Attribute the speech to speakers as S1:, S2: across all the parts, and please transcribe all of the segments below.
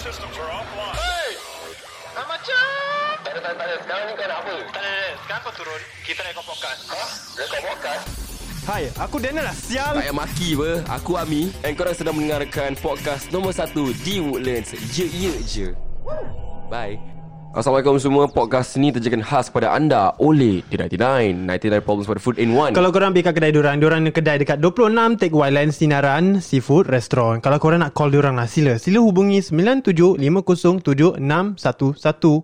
S1: systems are offline.
S2: Hey! Dah macam.
S3: Tak ada, tak ada, tak ada. Sekarang ni kau nak
S2: Tak
S3: apa?
S2: ada, tak ada. Sekarang kau turun. Kita nak ikut podcast.
S3: Ha? Rekod podcast?
S4: Hai, aku Daniel lah sial.
S5: Tak payah maki apa Aku Ami And korang sedang mendengarkan Podcast nombor 1 Di Woodlands Ye ye je Bye Assalamualaikum semua Podcast ni terjakan khas kepada anda Oleh T99 99 Problems for the Food in One
S4: Kalau korang pergi kat kedai diorang Diorang ada kedai dekat 26 Take Wildland Sinaran Seafood Restaurant Kalau korang nak call diorang lah Sila Sila hubungi 97507611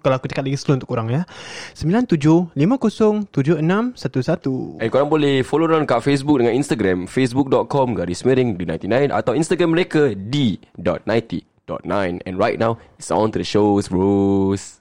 S4: Kalau aku cakap lagi slow untuk korang ya 97507611
S5: And korang boleh follow orang kat Facebook dengan Instagram Facebook.com garis miring D99 Atau Instagram mereka D.90.9 And right now It's on to the shows bros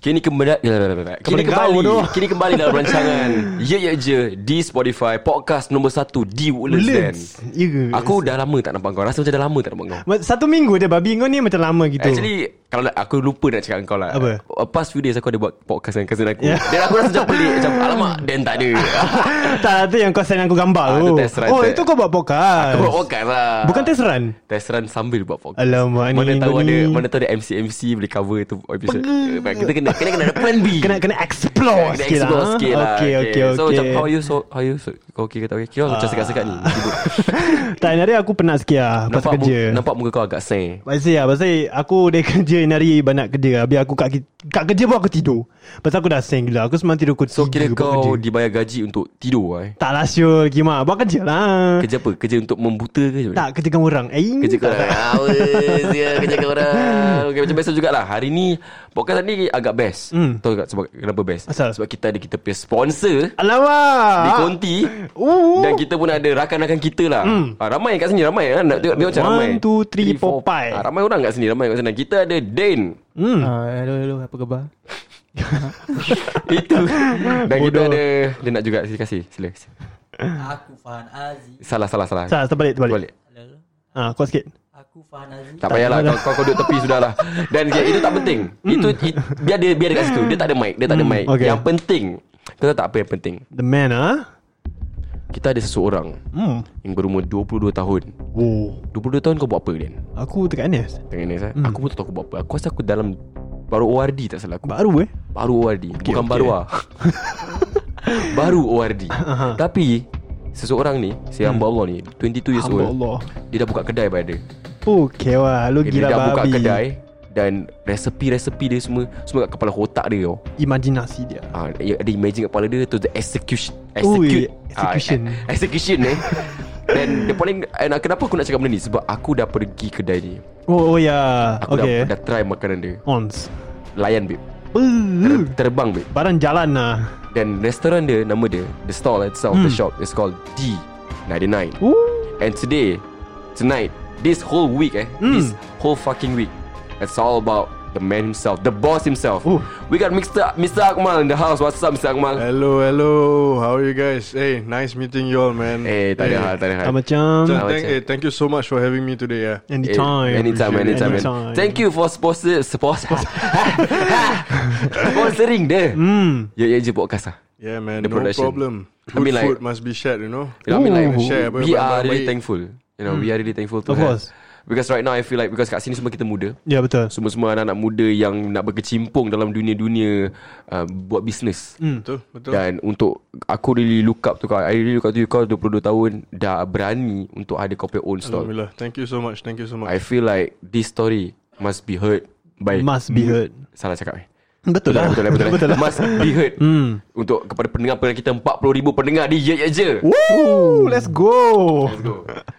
S5: Kini kembali eh,
S4: kembali.
S5: Kini kembali Kini kembali dalam rancangan Ye Ye Je di Spotify Podcast nombor 1 di Woodlands,
S4: Woodlands.
S5: Dan.
S4: Yes.
S5: Aku dah lama tak nampak kau Rasa macam dah lama tak nampak kau
S4: ya Satu minggu dia babi Kau ni macam lama gitu
S5: Actually kalau nak, aku lupa nak cakap dengan kau lah.
S4: Apa?
S5: Uh, Past few days aku ada buat podcast dengan cousin aku.
S4: Ya.
S5: Yeah. Dan aku rasa macam pelik macam alamak Dan tak ada.
S4: Tak tu yang kau send aku gambar
S5: Ah,
S4: tu
S5: tu test run,
S4: Oh
S5: test.
S4: itu kau buat podcast
S5: aku buat podcast lah.
S4: Bukan test run
S5: Test run sambil buat podcast.
S4: Alamak, ni
S5: mana tahu
S4: kau
S5: ada
S4: ni.
S5: mana tahu ada MC MC boleh cover tu episode. Eh, Kita kena kena kena ada plan B.
S4: Kena kena explore
S5: Kena
S4: sikit
S5: explore
S4: lah
S5: sikit lah
S4: Okay okay okay Ah.
S5: So macam how you so, How you so, Kau okay ke tak okay Kira macam sekat-sekat ni sibuk.
S4: Tak hari aku penat sikit lah Pas
S5: nampak,
S4: kerja
S5: mu, nampak muka kau agak seng
S4: Pasal lah Pasal aku dari kerja Ini hari banyak kerja Habis aku kat, ki- kat kerja pun aku tidur Pasal aku dah seng gila Aku semalam tidur aku
S5: So kira kau dibayar gaji untuk tidur eh
S4: Tak lah Syul Gimana Buat kerja lah
S5: Kerja apa? Kerja untuk membuta ke?
S4: Tak kerja dengan orang Eh
S5: Kerja
S4: tak,
S5: kau orang Awas ya Kerja kau orang okay, Ah, Macam biasa jugalah Hari ni Podcast ni agak best
S4: Hmm.
S5: Tahu tak sebab, kenapa best?
S4: Asal?
S5: Sebab kita ada kita punya sponsor
S4: Alamak
S5: Di konti
S4: Ooh.
S5: Dan kita pun ada rakan-rakan kita lah ha, Ramai kat sini Ramai kan Nak tengok, tengok macam
S4: Hmm. One,
S5: ramai
S4: two, three,
S5: Three,
S4: four,
S5: four,
S4: five.
S5: ha, Ramai orang kat sini Ramai kat sana Kita ada Dan
S4: hmm.
S6: Ah, hello, hello, apa khabar?
S5: Itu Dan kita
S4: Bodoh.
S5: ada Dia nak juga Sila kasih Sila
S7: Aku Fahan Aziz.
S5: Salah salah salah
S4: Salah terbalik terbalik,
S5: Balik
S7: Hello.
S4: Ha, Kau sikit
S7: Aku Fahan Aziz.
S5: tak payahlah kau, kau, kau duduk tepi sudahlah. Dan dia, itu tak penting. Itu it, biar dia biar dia kat situ. Dia tak ada mic, dia tak ada mic.
S4: Hmm. okay.
S5: Yang penting, kau tahu tak apa yang penting?
S4: The man ah.
S5: Kita ada seseorang
S4: Hmm.
S5: yang berumur 22 tahun.
S4: Wow.
S5: 22 tahun kau buat apa Dan?
S4: Aku dekat NS
S5: Tengah ni
S4: Hmm.
S5: saya. Aku pun tak tahu aku buat apa. Aku rasa aku dalam baru ORD tak salah aku.
S4: Baru eh
S5: Baru ORD. Bukan baru ah. baru ORD.
S4: Uh-huh.
S5: Tapi seseorang ni, si hamba Allah ni, 22 years
S4: Hmm. Hamba
S5: old.
S4: Allah.
S5: Dia dah buka kedai pada dia.
S4: Okay wah Lu
S5: Dia
S4: gila
S5: dah buka
S4: babi
S5: kedai dan resepi-resepi dia semua semua kat kepala otak dia oh. tau.
S4: Imajinasi dia
S5: Ah, dia ada imagine kat kepala dia tu the execution
S4: Ui,
S5: execute
S4: execution.
S5: Ah, eh, execution eh. Dan the paling and kenapa aku nak cakap benda ni sebab aku dah pergi kedai ni.
S4: Oh, oh ya
S5: Aku
S4: Okay
S5: dah, dah try makanan dia.
S4: Ons
S5: Layan babe. Ter,
S4: Brr.
S5: terbang babe.
S4: Barang jalan lah
S5: Dan restoran dia nama dia the stall itself
S4: Hmm.
S5: the shop is called D 99.
S4: Ooh.
S5: And today tonight this whole week eh
S4: Hmm.
S5: this whole fucking week it's all about the man himself the boss himself.
S4: Ooh.
S5: We got Mr. Mr. Akmal in the house. What's up
S4: Uh,
S5: Mr. Akmal?
S8: Hello, hello. How are you guys? Hey, nice meeting you all, man.
S5: Eh, tak ada hal, tak ada hal.
S4: Tak macam
S8: So, thank,
S5: macam-
S8: eh, thank you so much for having me today. Yeah.
S5: Eh,
S4: Anytime
S5: anytime, anytime, anytime. Thank you for sponsor, sponsor, sponsoring dia. Hmm. Ya, ya je podcast lah.
S8: Yeah, man.
S5: The
S8: no
S5: production.
S8: problem.
S5: I
S8: Good
S5: mean, like-
S8: food must be shared, you know.
S5: You know, I mean like,
S8: Ooh. Share apa yang
S5: we are
S8: baik-baik.
S5: really thankful. You know, we are really thankful to
S4: Hmm. Of
S5: have.
S4: course.
S5: Because right now I feel like because kat sini semua kita muda.
S4: Ya betul
S5: Semua-semua anak-anak muda yang nak berkecimpung dalam dunia-dunia uh, buat bisnes.
S4: Hmm.
S8: Betul, betul.
S5: Dan untuk aku really look up to kau. I really look up to you. Kau 22 tahun dah berani untuk ada kau punya own store.
S8: Alhamdulillah. Thank you so much. Thank you so much.
S5: I feel like this story must be heard by
S4: Must be heard
S5: Salah cakap eh.
S4: Betul lah
S5: Betul lah, betul lah. Betul lah. Must be heard. Hmm. Untuk kepada pendengar-pendengar kita 40,000 pendengar di Ye Ye Je.
S4: Woo, Let's go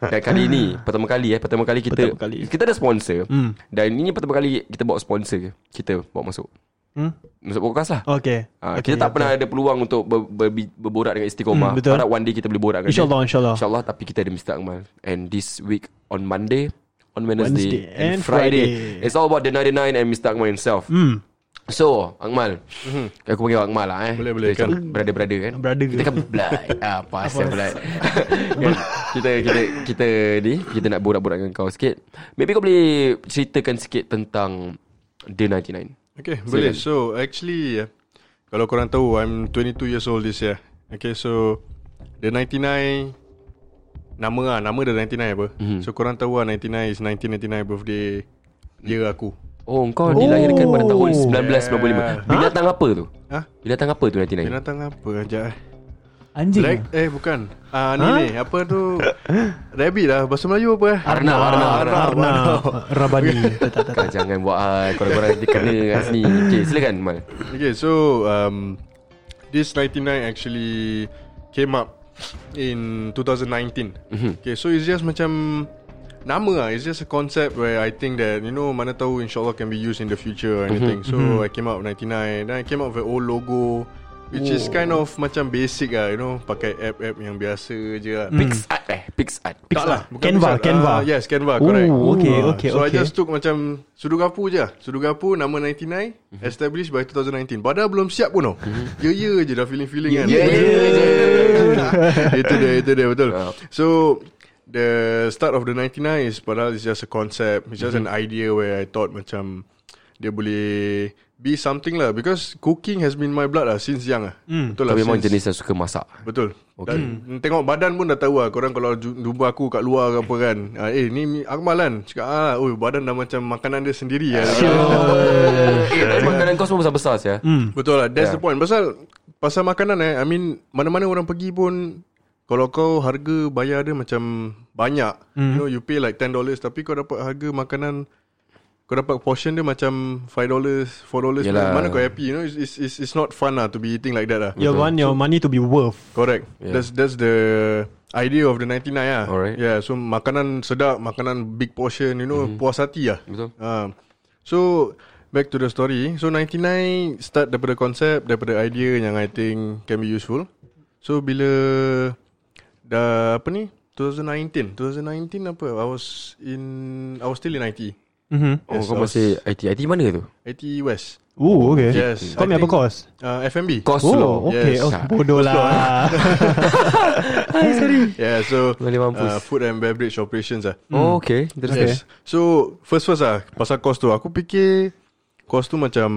S5: Dan kali ni pertama kali eh pertama kali kita
S4: Ah. Pertama kali.
S5: kita ada sponsor. Hmm. Dan ini pertama kali kita bawa sponsor kita bawa masuk.
S4: Hmm?
S5: Masuk podcast lah.
S4: Okay, okay
S5: Ha, kita tak pernah ada peluang untuk ber, ber, berborak dengan
S4: Hmm,
S5: istiqomah.
S4: betul.
S5: Harap one day kita boleh borak dengan
S4: InsyaAllah
S5: dia.
S4: InsyaAllah
S5: InsyaAllah tapi kita ada Mr. Akmal And this week on Monday On
S4: Wednesday
S5: Wednesday,
S4: and
S5: Friday,
S4: Friday.
S5: It's all about the 99 and Mr. Akmal himself
S4: Hmm
S5: So Akmal mm-hmm. Aku panggil Akmal lah eh
S8: Boleh, boleh,
S5: Kita
S8: kan?
S5: macam Brother-brother kan
S4: Brother
S5: Kita
S4: ke?
S5: kan blood ah, Apa asal blood Kan? Kita kita kita ni Kita nak borak-borak dengan kau sikit Maybe kau boleh Ceritakan sikit tentang The 99
S8: Okay,
S5: Silakan.
S8: boleh. So, actually, kalau korang tahu, I'm 22 years old this year. Okay, so, The 99, nama lah, nama The 99 apa. Mm-hmm.
S5: Mhm.
S8: So, korang tahu lah, 99 is 1999 birthday year aku.
S5: Oh kau oh. dilahirkan pada tahun 1995
S8: Yeah.
S5: Binatang apa tu?
S8: Hah?
S5: Binatang apa tu 99?
S8: Binatang Ah, apa ajak eh?
S7: Anjing
S8: Black? Eh, bukan. Ah, ni ni, apa tu? Rabbit lah, bahasa Melayu apa eh?
S5: Arnab Arnab Arnab
S4: Arna Rabani Tak, tak, tak.
S5: Kau jangan buat hal Korang-korang dia kena kat sini Okay silakan Mal
S8: Okay, so um, this 99 actually came up in 2019. Okay, so it's just macam nama lah. It's just a concept where I think that, you know, mana tahu insyaAllah can be used in the future or anything. So I came up with 99. Then I came up with an old logo. Which is kind of macam basic lah, you know. Pakai app-app yang biasa je lah.
S5: Pixart eh Pixart
S8: Tak lah. bukan
S4: Canva,
S8: Pixar.
S4: Canva.
S8: Ah, yes, Canva, correct. Ah,
S4: Ooh, okay, okay,
S8: so I
S4: okay.
S8: just took macam Sudugapu je. lah. Sudugapu nama 99, established by 2019. Badan belum siap pun tau. Ya, ya je dah feeling-feeling kan.
S5: Ya je
S8: itu dia, itu dia, betul.
S5: Ah.
S8: So, the start of the 99 is padahal it's just a concept. It's just an idea where I thought macam dia boleh be something lah. Because cooking has been my blood lah since young lah. Betul lah.
S5: Kau memang
S8: since-
S5: jenis yang suka masak
S8: Betul
S5: Okay.
S8: okay.
S5: Hmm.
S8: Dan, Tengok badan pun dah tahu lah Korang kalau ju- jumpa aku kat luar ke apa kan ah, Eh ni mi- Akmal kan Cakap ah, oh, Badan dah macam makanan dia sendiri
S5: Ya.
S8: lah.
S5: Eh, Makanan kau semua besar-besar ya.
S8: Betul lah That's yeah. the point Pasal Pasal makanan eh I mean Mana-mana orang pergi pun Kalau kau harga bayar dia macam Banyak
S5: Hmm.
S8: You know you pay like $10 Tapi kau dapat harga makanan kau dapat portion dia macam $5, $4
S5: Yelah.
S8: Mana kau happy You know it's, it's, it's, it's not fun lah To be eating like that lah
S4: You want your money to be worth
S8: Correct. Yeah. That's that's the idea of the 99 lah.
S5: Alright.
S8: Yeah, so makanan sedap, makanan big portion, you know, mm-hmm. puas hati lah.
S5: Betul.
S8: Uh, so back to the story. So 99 start daripada konsep, daripada idea yang I think can be useful. So bila dah apa ni? 2019. 2019 apa? I was in I was still in IT.
S4: mm-hmm.
S5: Oh
S8: Yes,
S5: kau
S8: I was
S5: masih IT IT mana tu?
S8: IT West.
S4: Ooh, okay
S8: Yes, I
S4: Kau ambil apa
S8: think-
S4: course?
S8: Uh, FMB.
S5: Kos
S4: Oh,
S5: dulu
S4: okay
S8: yes.
S4: oh, Bodoh lah
S8: Yeah, so
S5: Boleh mampus.
S8: uh, food and beverage operations ah.
S5: Oh okay Interesting
S8: Yes. So first first lah pasal kos tu aku fikir kos tu macam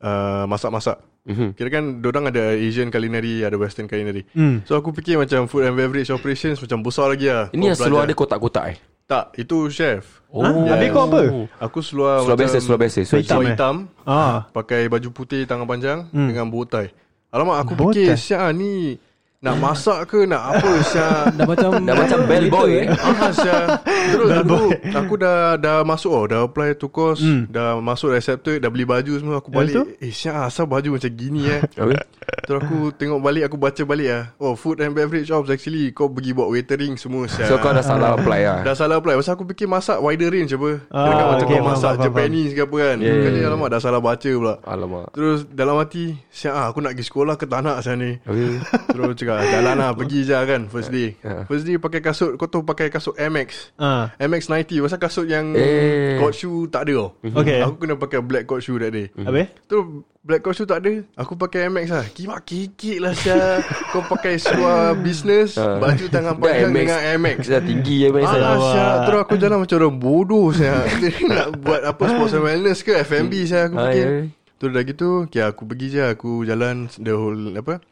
S8: uh, masak-masak. Mm-hmm.
S5: Mhm.
S8: Kira kan orang ada Asian culinary, ada Western culinary. Mm. So aku fikir macam food and beverage operations macam besar lagi lah.
S5: Hmm. Ini yang Oh.
S8: Kau
S5: selalu
S8: belajar.
S5: ada kotak-kotak eh
S8: Tak, itu chef.
S4: ha? Habis kau apa?
S8: Aku seluar
S5: Seluar
S8: macam
S5: biasa Seluar biasa
S8: Hitam,
S5: So hitam
S8: hitam,
S4: eh?
S8: hitam
S4: Ah,
S8: pakai baju putih tangan panjang
S5: Hmm.
S8: mm. dengan bow tie. Alamak aku
S4: Bow
S8: fikir
S4: tie?
S8: siap ah, ni nak masak ke nak apa siap
S7: Dah macam
S5: Dah macam bellboy eh
S8: Ah, sia. Terus aku, aku dah dah masuk oh, dah apply to course, mm.
S4: Hmm.
S8: dah masuk dah accepted, dah beli baju semua aku
S4: Lepas
S8: balik. Eh, siap asal baju macam gini eh.
S5: Habis?
S8: Terus aku tengok balik aku baca balik ah. Oh, food and beverage shops actually kau pergi buat waitering semua siap.
S5: So kau dah salah apply lah
S8: Dah salah apply Pasal aku fikir masak wider range apa
S4: Ah,
S8: Kira kan macam
S4: okay,
S8: kau
S4: faham,
S8: masak
S4: faham,
S8: Japanese ke apa kan
S5: Yeah.
S8: yeah. Kali alamak dah salah baca pula
S5: Alamak
S8: Terus dalam hati Siap ah, aku nak pergi sekolah ke tak nak siap ni
S5: Habis?
S8: Terus cakap Jalan lah pergi je kan First day
S5: Ha.
S8: First day pakai kasut Kau tahu pakai kasut MX
S4: ah.
S8: MX90 Pasal kasut yang
S5: Eh.
S8: eh. Court shoe tak ada tau
S4: Okay.
S8: Aku kena pakai black court shoe that day
S4: Habis?
S8: Tu black court shoe tak ada Aku pakai MX lah Kimak kikik lah Syah Kau pakai seluar business
S5: Ah.
S8: Baju tangan panjang dengan Ah. MX
S5: Dah tinggi ya MX
S8: Alah
S5: dah.
S8: Syah Terus aku jalan macam orang bodoh Syah Dia Nak buat apa Sports and wellness ke FMB Syah Aku
S5: Hai,
S8: fikir
S5: hai.
S8: Terus dah gitu Okay aku pergi je Aku jalan The whole Apa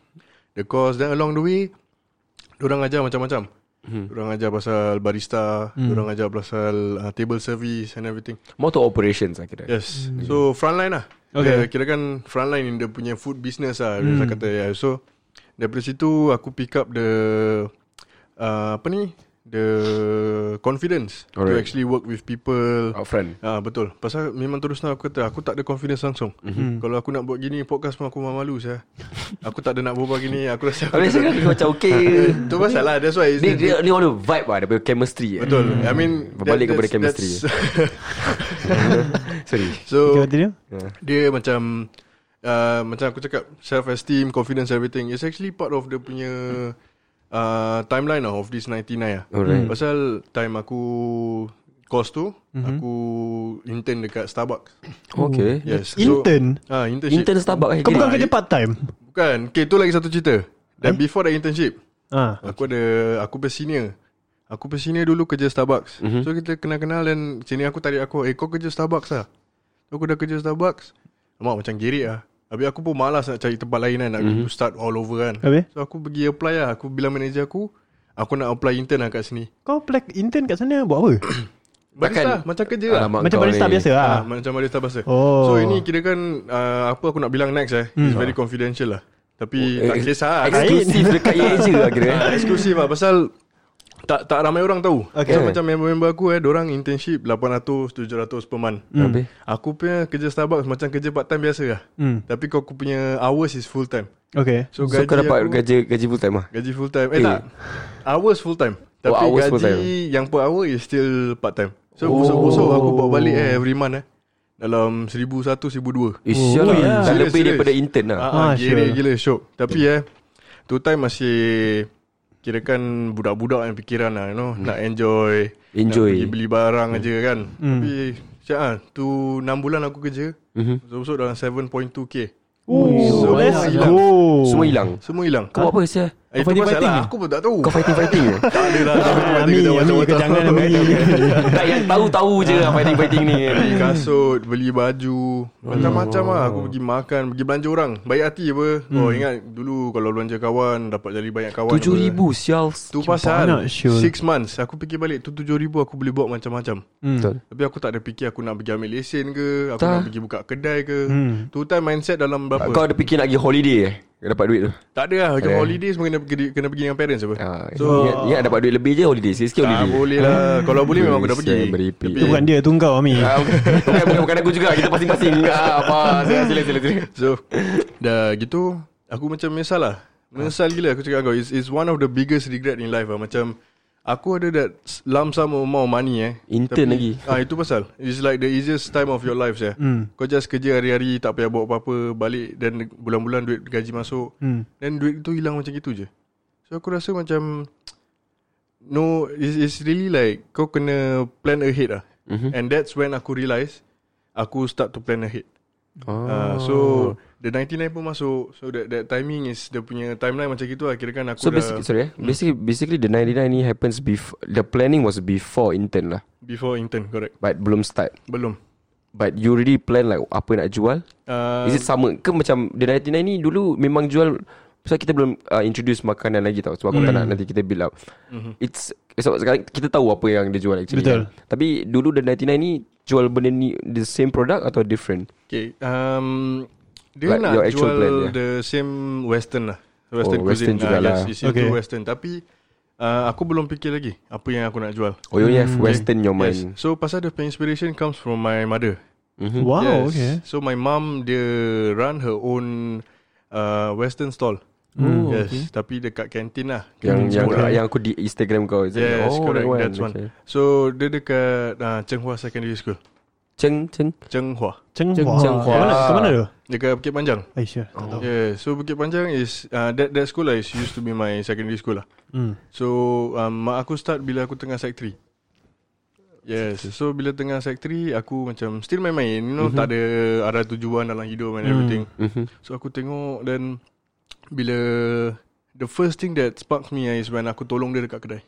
S8: The course Then along the way Diorang ajar macam-macam hmm. Diorang ajar pasal barista hmm. Diorang ajar pasal uh, Table service And everything
S5: More to operations lah kira
S8: Yes hmm. So frontline lah
S4: Okay.
S8: okay. Kira kan frontline in Dia punya food business lah hmm. Saya kata yeah. So Daripada situ Aku pick up the uh, Apa ni The Confidence To
S5: Alright. Oh.
S8: actually work with people
S5: Upfront
S8: Ah betul. Pasal memang terus terang aku kata aku tak ada confidence langsung.
S5: Mhm.
S8: Mm-hmm. Kalau aku nak buat gini podcast pun aku malu saya. aku tak ada nak berbual gini. Aku rasa aku
S5: Habis kan macam okay
S8: Tu pasal lah That's why it's,
S5: Dia dia ni all the vibe lah Dia punya chemistry eh.
S8: Betul I mean
S5: Berbalik kepada
S8: that's-
S5: chemistry.
S8: that's-
S5: Sorry
S4: Okay,
S8: So
S4: continue
S8: Dia macam uh, Macam aku cakap Self esteem Confidence everything It's actually part of the punya uh, Timeline lah Of this 99 lah
S4: Hmm.
S5: Alright.
S8: Pasal Time aku course tu
S4: Mhm.
S8: mm-hmm. Aku intern dekat Starbucks
S5: Oh, Okay
S8: Yes
S4: Intern?
S8: so, ah, Internship
S5: Intern Starbucks eh,
S4: Kau
S5: kira.
S4: bukan kerja part time
S8: Bukan Okay tu lagi satu cerita
S4: Eh?
S8: Dan before that internship
S4: Ah,
S8: Aku ada Aku bersenior Aku bersenior dulu kerja Starbucks mm-hmm. So kita kenal-kenal Dan sini aku tarik aku Eh kau kerja Starbucks lah so, Aku dah kerja Starbucks Mak macam girik lah Habis aku pun malas nak cari tempat lain kan Nak mm-hmm. start all over kan
S4: Habis?
S8: So aku pergi apply lah Aku bilang manager aku Aku nak apply intern lah kat sini
S4: Kau apply intern kat sana buat apa?
S8: Barista
S5: Bahkan-
S8: Macam kerja lah
S5: Alamak
S4: Macam
S5: kau
S4: barista
S5: ni.
S4: biasa lah
S8: Ah, macam barista bahasa.
S4: Oh.
S8: So ini kira kan uh, apa aku nak bilang next eh. It's very confidential lah. Tapi oh, tak
S5: Eh,
S8: kisah lah.
S5: Eksklusif dekat ye je lah kira eh.
S8: Ah, eksklusif lah pasal tak tak ramai orang tahu.
S4: Okay.
S8: Okay. So, macam member-member aku eh, orang internship 800 700 per month.
S5: Hmm. Habis?
S8: Aku punya kerja Starbucks macam kerja part time biasa lah.
S4: Hmm.
S8: Tapi kau aku punya hours is full time.
S4: Okay
S8: So,
S5: So
S8: gaji
S5: kau dapat
S8: aku,
S5: gaji gaji full time lah
S8: gaji full time. Eh,
S5: Eh. Oh,
S8: tak. Hours full time. Tapi
S5: hours
S8: gaji
S5: full time.
S8: yang per hour is still part time. So bosok-bosok aku bawa balik eh, every month eh. Dalam 1100 1200.
S5: Eh sial
S4: Oh,
S8: Serious,
S4: ya.
S5: lah Dah lebih
S8: serious.
S5: daripada intern lah
S8: Ah, ah,
S4: Ah,
S8: gila,
S4: sure.
S8: gila syok. Tapi eh tu time masih kirakan budak-budak yang fikiran lah you know, nak enjoy,
S5: Enjoy.
S8: nak
S5: Hmm.
S8: pergi beli barang aja kan. Tapi siap ah tu 6 bulan aku kerja.
S5: Mhm.
S8: Mm-hmm. Besok dalam 7.2k.
S4: Oh,
S8: Semua
S4: let's
S8: hilang.
S4: go
S5: Semua hilang
S8: Semua hilang.
S5: Kau buat apa sial
S8: oh. Eh, Itu
S4: fighting,
S8: masalah
S4: fighting
S8: aku pun tak tahu.
S5: Kau fighting-fighting ke
S8: tak ada lah.
S4: Ah, Ami, Ami, kau jangan Ami
S8: Ya.
S5: Tak yang tahu-tahu je lah Fighting-fighting ni
S8: Beli kasut, beli baju, macam-macam lah. Aku pergi makan, pergi belanja orang. Baik hati apa. Oh ingat dulu kalau belanja kawan dapat jadi banyak kawan.
S5: Hmm. Tujuh
S8: apa.
S5: ribu sial
S8: Tu pasal
S4: banyak, Syul.
S8: 6 months Aku fikir balik Tu 7,000 aku boleh buat macam-macam
S4: Hmm.
S5: Betul
S8: Tapi aku tak ada fikir Aku nak pergi ambil lesen ke Aku
S5: Tak.
S8: nak pergi buka kedai ke
S4: Hmm.
S8: Tu time mindset dalam berapa
S5: Kau ada fikir nak pergi holiday eh Kau dapat duit tu
S8: Tak ada lah Macam
S5: Eh.
S8: holiday semua kena, pergi- kena pergi dengan parents apa
S5: Ah,
S8: So
S5: ingat, ingat dapat duit lebih je holiday Sikit-sikit
S8: Tak
S5: holiday
S8: boleh lah Kalau boleh memang aku dah pergi
S5: Meripik.
S4: Itu bukan dia, tu kau Ami
S5: Ah, bukan, bukan, bukan aku juga Kita pasing-pasing ah, apa, Sila sila sila, sila.
S8: So Dah gitu Aku macam menyesal lah Menyesal gila aku cakap kau It's, it's one of the biggest regret in life lah Macam Aku ada that lump sum amount of money eh
S5: Intern lagi. Hmm.
S8: Ah Itu pasal It's like the easiest time of your life ya. Mm. Kau just kerja hari-hari Tak payah buat apa-apa Balik dan bulan-bulan duit gaji masuk mm.
S5: Hmm.
S8: Then duit tu hilang macam gitu je So aku rasa macam No It's, it's really like Kau kena plan ahead lah
S5: Mhm.
S8: mm-hmm. And that's when aku realise Aku start to plan ahead
S5: Oh.
S8: Uh, so the 99 pun masuk so that that timing is dia punya timeline macam gitu lah kirakan aku
S5: So
S8: dah
S5: basically, sorry eh.
S8: Hmm.
S5: Basically, basically the 99 ni happens before the planning was before intern lah,
S8: before intern correct
S5: but belum start.
S8: belum
S5: But you already plan like apa nak jual?
S8: uh,
S5: Is it sama ke macam the 99 ni dulu memang jual Pasal kita belum uh, introduce makanan lagi tau Sebab aku
S8: Hmm.
S5: tak nak nanti kita build up It's so, sekarang kita tahu apa yang dia jual actually
S4: Betul.
S5: kan? Tapi dulu the 99 ni Jual benda ni The same product atau different
S8: okay um, dia
S5: Like
S8: nak
S5: your actual
S8: jual
S5: plan, yeah.
S8: the same western lah western
S5: Oh,
S8: cuisine
S5: western jugalah.
S8: yes, it's into
S4: Okay.
S8: western tapi uh, aku belum fikir lagi apa yang aku nak jual
S5: Oh you only have western in your
S8: Hmm. yes
S5: mind
S8: so pasal the inspiration comes from my mother yes.
S4: Wow, Oh, okay
S8: So my mum dia run her own uh, western stall. Oh,
S4: Hmm.
S8: yes, okay. tapi dekat kantin lah.
S5: Yang yang,
S8: Semua
S5: yang aku di Instagram kau is it?
S8: Yes, oh, correct.
S5: that
S8: That's one.
S5: Okay.
S8: So dia dekat uh, Chenghua Secondary School.
S5: Cheng Cheng
S8: Chenghua.
S4: Cheng
S5: Cheng-
S4: Hua
S5: Cheng Hua.
S4: Ke mana, ke mana tu?
S8: Dekat Bukit Panjang.
S4: Aisyah tak tahu
S8: Yeah, so Bukit Panjang is uh, that that school lah is used to be my secondary school lah.
S4: Hmm.
S8: So um, mak aku start bila aku tengah sec 3. Yes, so bila tengah sec 3 aku macam still main-main, you know, mm-hmm. tak ada arah tujuan dalam hidup and everything.
S4: Hmm.
S5: Mhm.
S8: So aku tengok dan bila the first thing that sparks me is when aku tolong dia dekat kedai.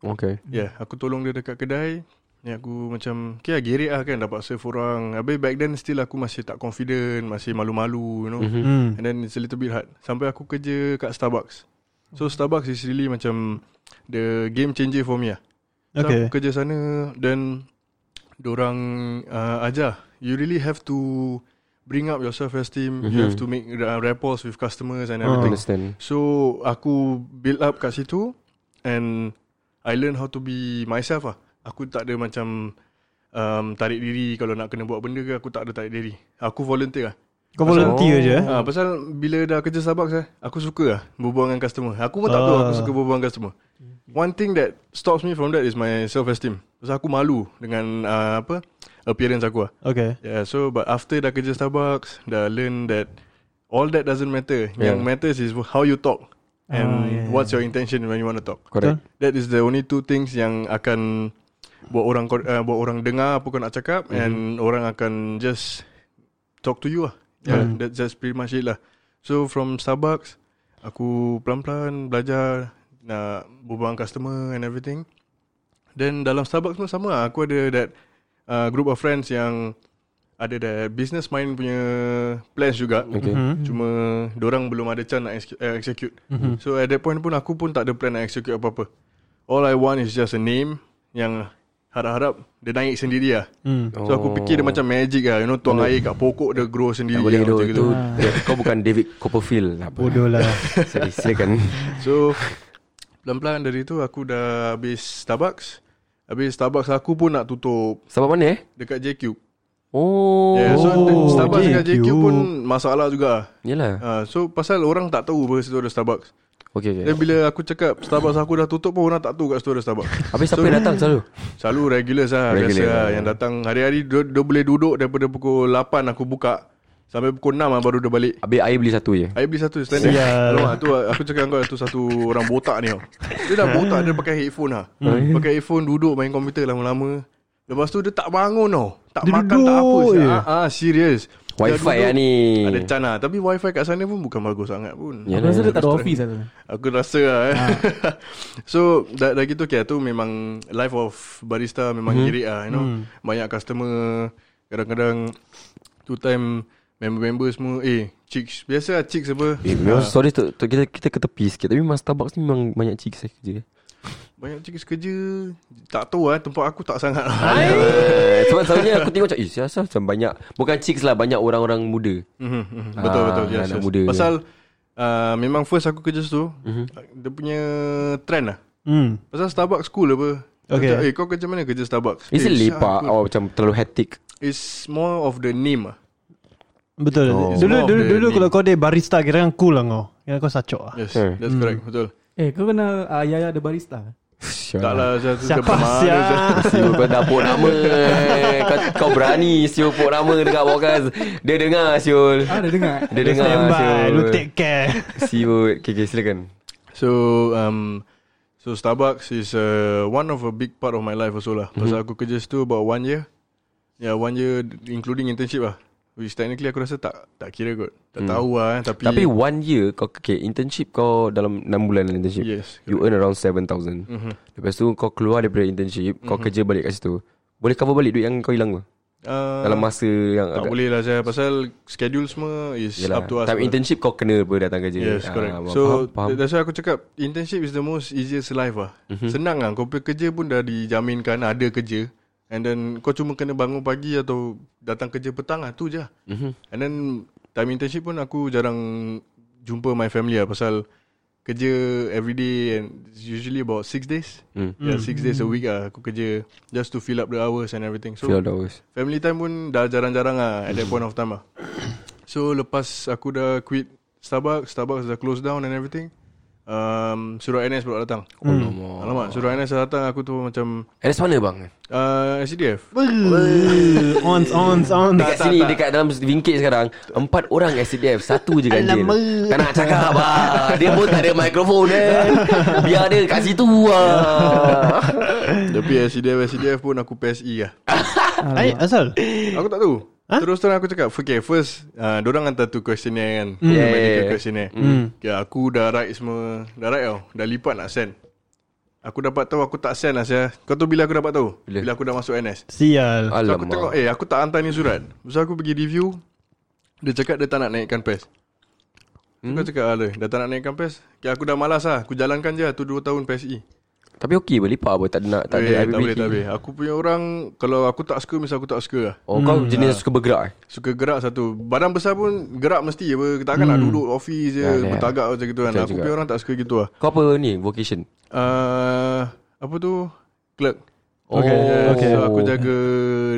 S5: Okay
S8: Yeah, aku tolong dia dekat kedai. Ni aku macam Okay lah gerik lah kan Dapat serve orang Habis back then still aku masih tak confident Masih malu-malu you know mm-hmm.
S4: Hmm.
S8: And then it's a little bit hard Sampai aku kerja kat Starbucks So Starbucks is really macam The game changer for me lah So
S4: Okay.
S8: aku kerja sana Then Diorang uh, ajar You really have to Bring up your self-esteem mm-hmm. You have to make uh, rapport with customers and everything
S5: Understand
S8: So aku build up kat situ And I learn how to be myself lah Aku tak ada macam um, Tarik diri kalau nak kena buat benda ke Aku tak ada tarik diri Aku volunteer lah
S4: Kau volunteer je eh?
S8: ha, Pasal bila dah kerja Starbucks lah Aku suka lah berbual dengan customer Aku pun tak tahu
S4: Ah.
S8: aku suka berbual dengan customer One thing that stops me from that is my self-esteem Pasal aku malu dengan uh, apa appearance aku lah
S4: Okay
S8: Yeah, so but after dah kerja Starbucks, dah learn that all that doesn't matter. Yeah. Ah, Yang matters is how you talk and what's your intention when you want to talk.
S5: Correct
S8: That is the only two things yang akan buat orang kau- uh, buat orang dengar apa kau nak cakap mm-hmm. and orang akan just talk to you lah. Yeah, mm. that's just pretty much it lah. So from Starbucks aku pelan-pelan belajar nak berbual dengan customer and everything. Then dalam Starbucks pun sama lah. Aku ada that uh, group of friends yang ada that business mind punya plans juga. Okay. Mm-hmm. Cuma orang belum ada chance nak ex- eh, execute. Mm-hmm. So at that point pun aku pun tak ada plan nak execute apa-apa. All I want is just a name yang harap-harap dia naik sendiri lah. Mm. So aku fikir dia macam magic lah. You know, tuang air kat pokok dia grow sendiri.
S5: Tak boleh
S8: lah,
S5: tu,
S8: macam
S5: tu Kau bukan David Copperfield apa.
S4: Bodoh lah
S5: Sorry, silakan
S8: So Pelan-pelan dari tu Aku dah habis Starbucks Habis Starbucks aku pun nak tutup
S5: Sabar mana eh
S8: Dekat JQ
S5: Oh
S8: yeah, So
S4: Oh,
S8: Starbucks dekat JQ
S4: JQ.
S8: pun Masalah juga
S5: Oh. Yelah
S8: uh, So pasal orang tak tahu Bahawa situ ada Starbucks
S5: Okay okay
S8: Dan bila aku cakap Starbucks aku dah tutup pun Orang tak tahu kat situ ada Starbucks
S5: Habis siapa yang datang selalu
S8: Selalu regulars lah
S5: Regular.
S8: Biasa lah Yang datang hari-hari dia, dia boleh duduk Daripada pukul 8 aku buka Sampai pukul 6 lah baru dia balik
S5: Habis air beli satu je
S8: Saya beli satu standard
S4: Sial.
S8: Alamak tu aku cakap dengan kau tu satu orang botak ni tau Dia dah botak dia pakai headphone lah hmm. Pakai headphone duduk main komputer lama-lama Lepas tu dia tak bangun tau Tak
S4: Dia
S8: makan tak apa
S4: duduk je.
S8: Ah, ah, serius Dia
S5: Wifi
S8: duduk,
S5: lah ni.
S8: Ada can lah Tapi wifi kat sana pun bukan bagus sangat pun
S5: Yelah.
S7: Aku rasa dia tak ada office lah tu
S8: Aku rasa lah
S5: Ah.
S8: eh. So dah, dah gitu okay, tu memang Life of barista memang
S5: Mhm.
S8: hmm. girik lah You know hmm. Banyak customer Kadang-kadang Two time Member-member semua Eh chicks Biasa lah chicks apa
S5: Eh, memang sorry tu, tu kita kita ke tepi sikit tapi memang Starbucks ni memang banyak cik saya kerja.
S8: Banyak cikgu kerja Tak tahu lah Tempat aku tak sangat lah
S5: Eh, sebab selalunya aku tengok macam Eh siasat macam banyak Bukan chicks lah Banyak orang-orang muda
S8: Mhm, mhm. Betul
S5: Ah,
S8: betul yes,
S5: anak
S8: yes.
S5: muda. Mhm.
S8: Pasal uh, Memang first aku kerja situ Dia punya Trend lah
S4: Hmm
S8: Pasal Starbucks cool apa
S4: Okay.
S8: Kata, Eh kau kerja mana kerja Starbucks
S5: Is it
S8: Eh, sial, aku-
S5: lepak Or macam terlalu hectic
S8: It's more of the name lah
S4: Betul Dulu
S5: Oh.
S8: It's more
S4: dulu,
S8: of the
S4: dulu
S8: name.
S4: kalau kau ada barista Kira kan cool lah kau Kira kau sacok lah
S8: Yes
S5: Eh.
S8: That's correct Betul
S1: Eh kau kenal uh, Yaya the Barista
S8: Tak lah saya- saya
S4: Siapa
S8: pernah ada,
S4: siapa
S8: saya-
S5: Siapa kau dah pun nama eh. kau, kau berani Siul pun nama Dekat podcast Dia dengar Siul
S1: Ah dah dengar
S5: Dia dengar
S4: Stand by
S5: Siul
S4: Lu take care
S5: Siul Okay okay silakan
S8: So um, So Starbucks is uh, One of a big part of my life also lah mm-hmm. Pasal aku kerja situ about one year Yeah one year Including internship lah Which technically aku rasa tak Tak kira kot Tak mm. tahu lah eh, Tapi,
S5: Tapi one year kau okay, internship kau dalam 6 bulan internship.
S8: Yes,
S5: You earn around 7000. Mm-hmm. Lepas tu kau keluar daripada internship, mm-hmm. kau kerja balik kat situ. Boleh cover balik duit yang kau hilang ke?
S8: uh,
S5: Dalam masa yang
S8: Tak
S5: agak
S8: boleh lah saya Pasal schedule semua Is
S5: Yelah,
S8: up to us
S5: Time
S8: lah.
S5: internship kau kena apa datang kerja.
S8: Yes
S5: Ah,
S8: correct
S5: faham,
S8: So
S5: faham. Mhm.
S8: faham. that's why aku cakap Internship is the most easiest life lah mm-hmm. Senang lah Kau punya kerja pun dah dijaminkan Ada kerja And then kau cuma kena bangun pagi Atau datang kerja petang lah Tu je
S5: Mhm.
S8: mm-hmm. And then time internship pun aku jarang Jumpa my family lah Pasal kerja every day And it's usually about 6 days
S5: Mm.
S8: Yeah 6 days a week lah Aku kerja Just to fill up the hours and everything So
S5: Few hours.
S8: Family time pun dah jarang-jarang lah At that point of time lah So lepas aku dah quit Starbucks Starbucks dah close down and everything um, Surat NS pula datang
S5: Hmm. Alamak.
S8: Alamak Surat NS dah datang Aku tu macam
S5: Ada mana bang?
S8: uh, SCDF
S4: Eh, Ons ons ons
S5: Dekat sini dekat dalam Vingkit sekarang Empat orang SDF Satu je ganjil Tak nak cakap ah. Dia pun tak ada mikrofon eh. Biar dia kat situ ah.
S8: Tapi SCDF SCDF pun aku PSE lah
S4: Eh asal
S8: Aku tak tahu Ha? Terus terang aku cakap Okay first uh, Diorang hantar tu questionnaire kan
S5: Hmm. Yeah, yeah,
S8: Medical
S5: yeah. Hmm.
S8: questionnaire mm. okay, Aku dah write semua Dah write tau Dah lipat nak send Aku dapat tahu Aku tak send lah Syah. Kau tahu bila aku dapat tahu
S5: Bila?
S8: bila aku dah masuk NS
S4: Sial
S8: So aku
S5: Alamak
S8: tengok Eh aku tak hantar ni surat So aku pergi review Dia cakap dia tak nak naikkan PES hmm? Aku cakap ala Dah tak nak naikkan PES okay, Aku dah malas lah Aku jalankan je lah Tu 2 tahun PSE
S5: Tapi okey boleh lipat apa Tak ada nak Tak ada
S8: Eh, tak
S5: ability.
S8: boleh tak boleh Aku punya orang Kalau aku tak suka Misal aku tak suka lah
S5: Oh
S4: Hmm.
S5: kau jenis suka bergerak eh?
S8: Suka gerak satu Badan besar pun Gerak mesti apa Takkan nak duduk office je
S5: Ya, ya.
S8: Bertagak macam gitu kan
S5: Betul
S8: Aku
S5: juga.
S8: punya orang tak suka gitu lah
S5: Kau apa ni vocation
S8: uh, Apa tu Clerk
S5: Oh, Okay,
S8: Yeah, So aku jaga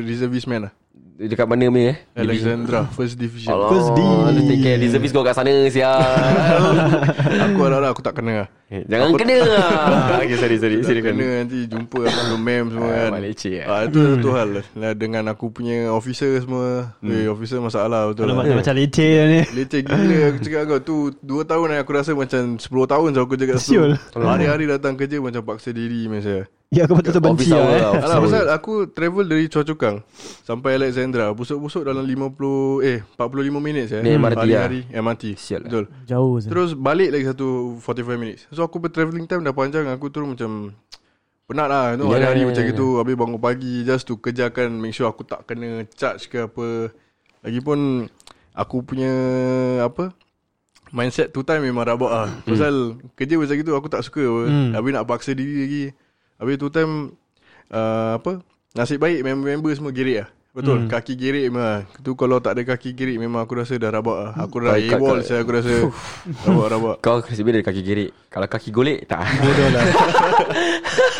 S8: Reservist man lah
S5: Dekat mana punya eh
S8: Alexandra First Division
S4: First D.
S5: Dia take care Reservist kau kat sana sial
S8: Aku harap-harap aku tak kena lah
S5: Eh, Jangan kena lah Okay sorry sorry
S8: Tak kena nanti jumpa Abang tu mem semua
S5: Ah,
S8: kan
S5: balik leceh, eh.
S8: ah, Itu satu hal lah, Dengan aku punya officer semua hmm. Eh officer masalah betul
S4: Alamak
S8: lah
S4: macam leceh je ni
S8: Leceh gila aku cakap kau Tu 2 tahun eh, aku rasa macam 10 tahun je aku cakap
S4: Siul.
S8: Hari-hari datang kerja macam paksa diri macam
S4: Ya kau betul-betul benci
S5: Office
S4: lah eh.
S5: hour lah,
S8: Alah,
S5: office
S8: pasal
S5: hour.
S8: aku travel dari Choa Chu Kang sampai Alexandra. Busuk-busuk dalam 50 eh 45 minit saya.
S5: Ni MRT lah.
S8: Hari-hari MRT.
S5: Sial lah.
S8: Betul.
S1: Jauh je.
S8: Terus balik lagi satu 45 minutes. So aku travelling time dah panjang aku terus macam penat lah. Tu
S5: Yalah,
S8: hari-hari
S5: yalah,
S8: macam
S5: yalah.
S8: gitu habis bangun pagi just to kerjakan make sure aku tak kena charge ke apa. Lagipun aku punya apa mindset tu time memang rabak lah.
S5: Hmm.
S8: Pasal kerja macam gitu aku tak suka. Hmm. Habis nak paksa diri lagi. Habis tu time uh, apa nasib baik member-member semua gerik lah. Betul, hmm. kaki gerik memang. Tu kalau tak ada kaki gerik memang aku rasa dah rabak lah. Aku dah
S5: Baik,
S8: able
S5: kakak.
S8: saya aku rasa rabak-rabak.
S5: Kau kena dari kaki kiri Kalau kaki golek Tak
S4: lah.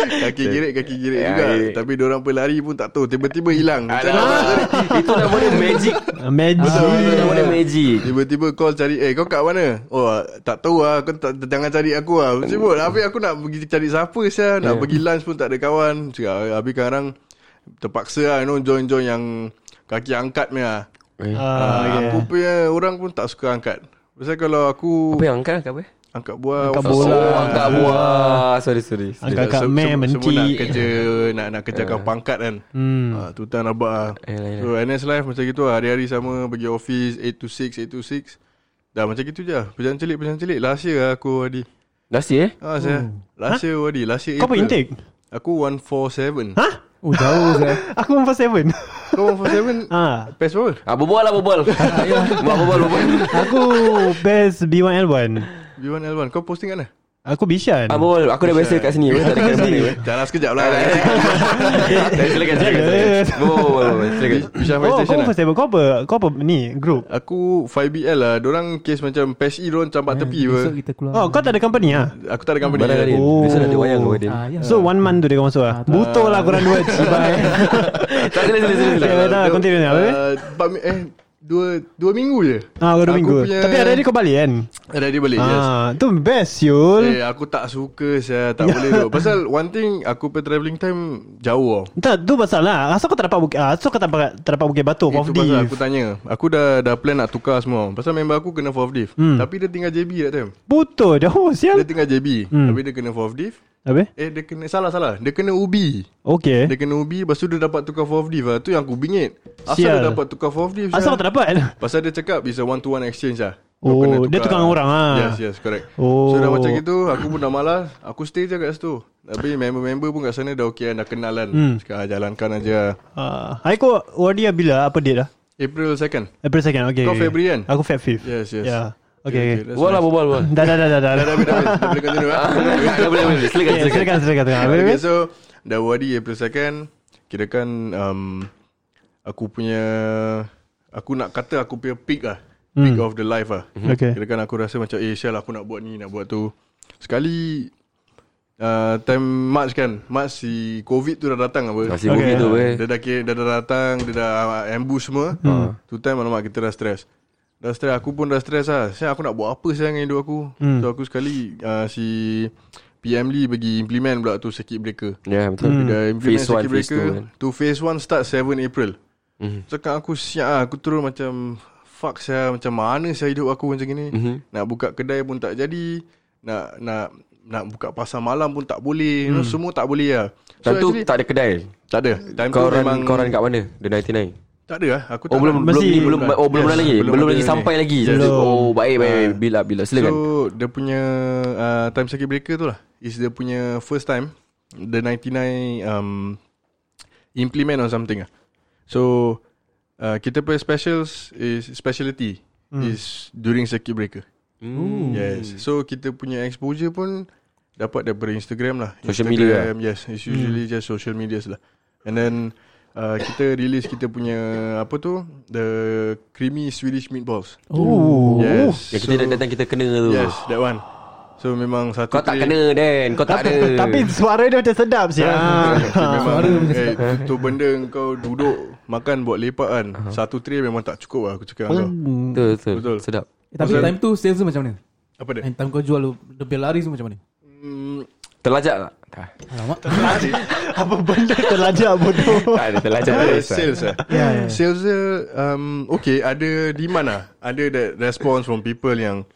S8: Kaki gerik Kaki gerik
S5: Ya,
S8: juga
S5: gerik.
S8: Tapi dorang pun lari pun tak tahu Tiba-tiba hilang Macam mana
S5: Itu nama dia magic
S4: eh. Ah, Magic.
S5: Itu nama dia magic
S8: Tiba-tiba call cari Eh kau kat mana Oh tak tahu lah kau tak, Jangan cari aku lah Sibuk Habis aku nak pergi cari siapa saya Nak pergi lunch pun tak ada kawan Cakap, "Ah, Habis kadang Terpaksa lah you know, Join-join yang Kaki angkat ni lah
S4: Ah,
S8: Ah,
S4: yeah.
S8: Aku punya orang pun tak suka angkat Pasal kalau aku
S5: Apa yang angkat angkat apa?
S8: Angkat buah
S4: Angkat
S8: angkat
S4: bola.
S5: Oh angkat buah Sorry sorry
S4: Angkat kat
S8: Sem-
S4: meh
S8: sem-
S4: menti.
S8: Semua nak kerja Nak nak kerjakan pangkat kan hmm. ha, Tu tak rabak lah
S5: Yalah, yalah.
S8: So NS life macam gitu lah Hari-hari sama Pergi office 8 to 6 8 to 6 Dah macam gitu je Pejalan celik Pejalan celik Last year lah aku Wadi
S5: Nasi eh
S8: Ha saya Last year Wadi Last year
S4: Oh. Kau apa
S8: April.
S4: intake?
S8: Aku 147 ha?
S1: Oh jauh je.
S4: Aku 147
S8: Kau 147
S4: Ah,
S8: Best berapa?
S5: Ah, berbual lah berbual Mak berbual berbual
S4: Aku best B1L1
S8: B1L1 Kau posting kat mana?
S4: Aku Bishan
S5: Ah, berbual Aku dah biasa kat sini Kau tak ada kat mana
S8: Jangan sekejap lah
S5: Eh, Silakan silakan silakan. Berbual berbual berbual Silakan
S8: Bishan Fire
S4: Oh kau
S8: Station lah
S4: 147 Kau apa Kau apa ni Group
S8: Aku 5BL lah Diorang case macam PES E Diorang
S4: Eh,
S8: campak tepi apa
S1: Besok kita keluar.
S4: Oh kau tak ada company lah
S8: Aku tak ada company
S5: Barang Adin
S4: Oh.
S5: Biasa ada wayang kau Adin
S1: Ah, ya.
S4: So one month tu dia kau masuk lah Butuh lah korang dua Cibai
S5: Tak sila sila sila
S4: Okay dah
S8: Dua-
S4: continue ni apa eh?
S8: Uh, empat mi- eh dua dua minggu je.
S4: Ah kau dua
S8: Aku
S4: minggu
S8: punya-
S4: Tapi hari ni kau balik kan
S8: Dah dia balik yes.
S4: Ah, tu best Yul
S8: Eh aku tak suka saya tak boleh tu. Pasal one thing aku per travelling time jauh oh. tau.
S4: Tak tu pasal lah Asal kau tak dapat bukit Asal kau tak dapat, tak dapat bukit batu Off
S8: Itu pasal
S4: leave
S8: aku tanya. Aku dah dah plan nak tukar semua. Pasal member aku kena fourth div. Hmm. Tapi dia tinggal JB that time.
S4: Butuh jauh
S8: Dia
S4: Oh, sial
S8: tinggal JB. Hmm. Tapi dia kena fourth div.
S4: Habis
S8: Eh dia kena salah salah. Dia kena UB.
S4: Okay
S8: Dia kena UB lepas tu dia dapat tukar fourth div lah. Tu yang aku bingit. Asal
S4: Sial.
S8: dia dapat tukar fourth div?
S4: Asal kau tak dapat
S8: Pasal dia cakap It's a one to one exchange lah
S4: Oh, dia tukar dengan orang ah.
S8: Yes yes correct
S4: Oh.
S8: So dah macam gitu Aku pun dah malas Aku stay je kat situ Tapi member-member pun kat sana Dah okay dah kenal kan hmm. Sekarang jalankan aja
S4: Ah, Hari kau Wardia bila Apa date lah
S8: April 2nd
S4: April 2nd okay
S8: Kau
S4: okay.
S8: Februari kan?
S4: Aku Feb 5
S8: Yes, yes.
S4: yeah. Ya, Okay, okay.
S8: that's
S5: Berbual lah
S8: nice.
S5: berbual berbual
S4: Dah dah dah dah dah
S8: Dah dah dah dah boleh continue ah.
S5: Dah boleh boleh
S4: Okay,
S5: Silakan silakan
S4: silakan silakan silakan. Habis,
S8: Okay
S4: habis.
S8: so Dah wadi April 2nd Kirakan um, Aku punya Aku nak kata aku punya peak lah Peak of the life lah
S4: Hmm. Okay.
S8: Kirakan aku rasa macam Eh Syal aku nak buat ni Nak buat tu Sekali uh, Time March kan March si Covid tu dah datang apa
S5: Masih okay. tu eh
S8: Dia dah kira Dia dah datang Dia dah uh, ambush semua hmm. Tu time alamak kita dah stress Dah stress Aku pun dah stress lah Saya aku nak buat apa saya dengan hidup aku
S5: Hmm.
S8: So aku sekali uh, Si PM Lee pergi implement pula tu circuit breaker
S5: Ya yeah, betul
S8: Dia implement
S5: Phase one,
S8: circuit
S5: phase
S8: breaker
S5: two kan. Mhm.
S8: Tu phase 1 start 7 April Cakap aku siap lah Aku terus macam Fuck saya Macam mana saya hidup aku macam ni
S5: Mhm.
S8: Nak buka kedai pun tak jadi Nak Nak nak buka pasar malam pun tak boleh you know, Semua tak boleh lah
S5: Dan tu Hmm. tak ada kedai
S8: tak ada Time tu
S5: Kau run,
S8: memang
S5: kau run kat mana The 99
S8: Tak ada lah Aku
S5: Oh
S8: tak
S5: belum
S8: run.
S5: belum
S4: Masih-
S5: ni belum oh belum
S8: Yes,
S5: run lagi
S8: belum
S5: belum
S8: ada
S5: lagi
S8: ni.
S5: sampai lagi
S8: Yes.
S5: oh baik baik baik. bila bila silakan
S8: So dia punya uh, Time circuit breaker tu lah Is dia punya first time The 99 um, Implement on something lah So uh, Kita punya specials Is speciality Is during circuit breaker
S5: Hmm.
S8: Yes So kita punya exposure pun Dapat daripada Instagram lah
S5: Social Hmm.
S8: Instagram, media Yes It's usually just social medias lah And then uh, Kita release kita punya Apa tu The Creamy Swedish Meatballs
S4: Uh.
S1: Oh.
S8: Yes
S5: yang kita datang kita kena tu
S8: Yes, that one. So memang satu
S5: kau tak
S8: tray-
S5: kena Dan kau tak ada
S4: Tapi suara dia macam sedap sih.
S8: Ah,
S4: Ah.
S8: memang eh, tu, tu benda kau duduk makan buat lepak kan. Uh-huh. Satu tray memang tak cukup lah aku cakap dengan kau.
S5: betul betul,
S8: Betul.
S5: sedap
S1: Eh, tapi time tu sales tu macam mana?
S8: Apa dia?
S1: Time kau jual lebih laris macam mana?
S8: Hmm,
S5: terlajak tak tak
S1: Alamak.
S4: Apa benda terlajak bodoh.
S5: tak ada terlajak
S8: ada
S5: terus,
S8: sales lah. Sales dia um, okay ada demand lah. Ada that response from people yang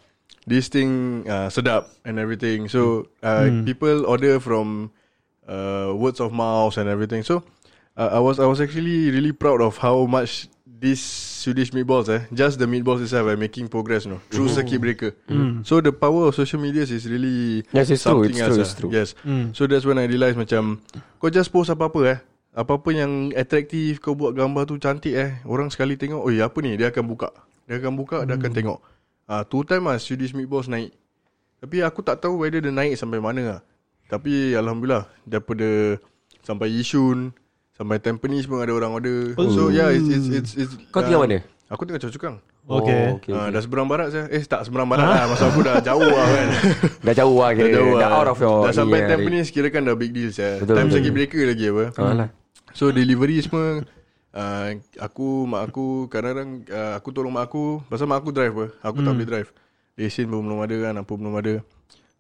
S8: this thing uh, sedap and everything. So uh, people order from uh, words of mouth and everything. So uh, I was I was actually really proud of how much this Swedish meatballs eh, just the meatballs itself are making progress. You know, through circuit breaker. So the power of social media is really
S5: Yes, it's true,
S8: something
S5: it's
S8: else.
S5: true,
S8: ah.
S5: it's true.
S8: Yes. So that's when I realise macam kau just post apa-apa eh. Apa-apa yang atraktif kau buat gambar tu cantik eh. Orang sekali tengok, "Oi, apa ni?" Dia akan buka. Dia akan buka, dia akan tengok. Ah, two time ah Swedish Meatballs naik. Tapi aku tak tahu whether dia naik sampai mana lah. Tapi alhamdulillah daripada sampai Yishun sampai Tampines pun ada orang order. So yeah, it's it's it's, it's ah,
S5: Kau tinggal mana?
S8: Aku tinggal Choa Chu Kang.
S4: Okay.
S5: Oh, okay,
S8: Ah,
S5: okay.
S8: dah seberang barat saya. Eh tak seberang barat lah Masa aku dah jauh lah kan
S5: Dah jauh lah kira. Dah, jauh, dah out of your
S8: Dah sampai
S5: ni,
S8: yeah, Tampines Kira kan dah big deal saya.
S5: Betul,
S8: Time
S5: betul.
S8: circuit breaker lagi apa
S5: Ah, lah.
S8: So delivery semua uh, Aku Mak aku Kadang-kadang uh, Aku tolong mak aku Pasal mak aku drive apa Aku
S5: Hmm.
S8: tak boleh drive Lesen pun belum ada kan Apa belum ada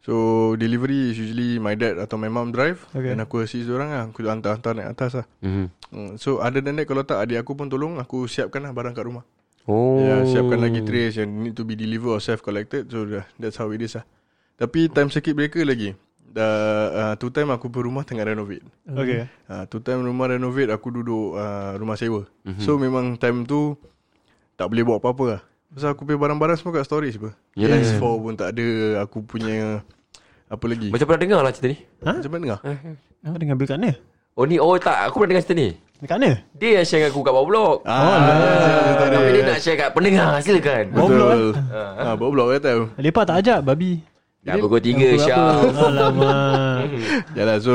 S8: So delivery is usually My dad atau my mom drive
S4: Okay.
S8: okay. And aku assist orang lah Aku hantar-hantar naik atas lah
S5: Mhm.
S8: Mm, So other than that Kalau tak adik aku pun tolong Aku siapkan lah barang kat rumah
S5: Oh.
S8: Ya, siapkan lagi trays yang need to be delivered or self-collected. So, dah, that's how it is lah. Tapi time circuit breaker lagi. Dah, uh, two time aku berumah tengah renovate.
S4: Okay.
S8: Uh, two time rumah renovate, aku duduk uh, rumah sewa.
S5: Mhm.
S8: Mm-hmm. So, memang time tu tak boleh buat apa-apa lah. Pasal aku punya barang-barang semua kat storage apa.
S5: Yelah.
S8: PS4 pun tak ada. Aku punya apa lagi?
S5: Macam pernah dengar lah cerita ni.
S8: Macam mana dengar?
S5: Eh.
S4: Kau dengar bil kat mana?
S5: Oh ni, oh tak. Aku pernah dengar cerita ni.
S4: Dekat mana?
S5: Dia yang share dengan aku kat bawah blok.
S8: Ah, ah, tak ada.
S5: Tapi dia nak share kat pendengar. Silakan.
S4: Bawah blok,
S8: Betul. Ah, bawa blok eh time.
S4: Lepak tak ajak babi.
S5: Dah pukul tiga, Syah.
S8: lah.
S4: Alamak.
S8: Yalah so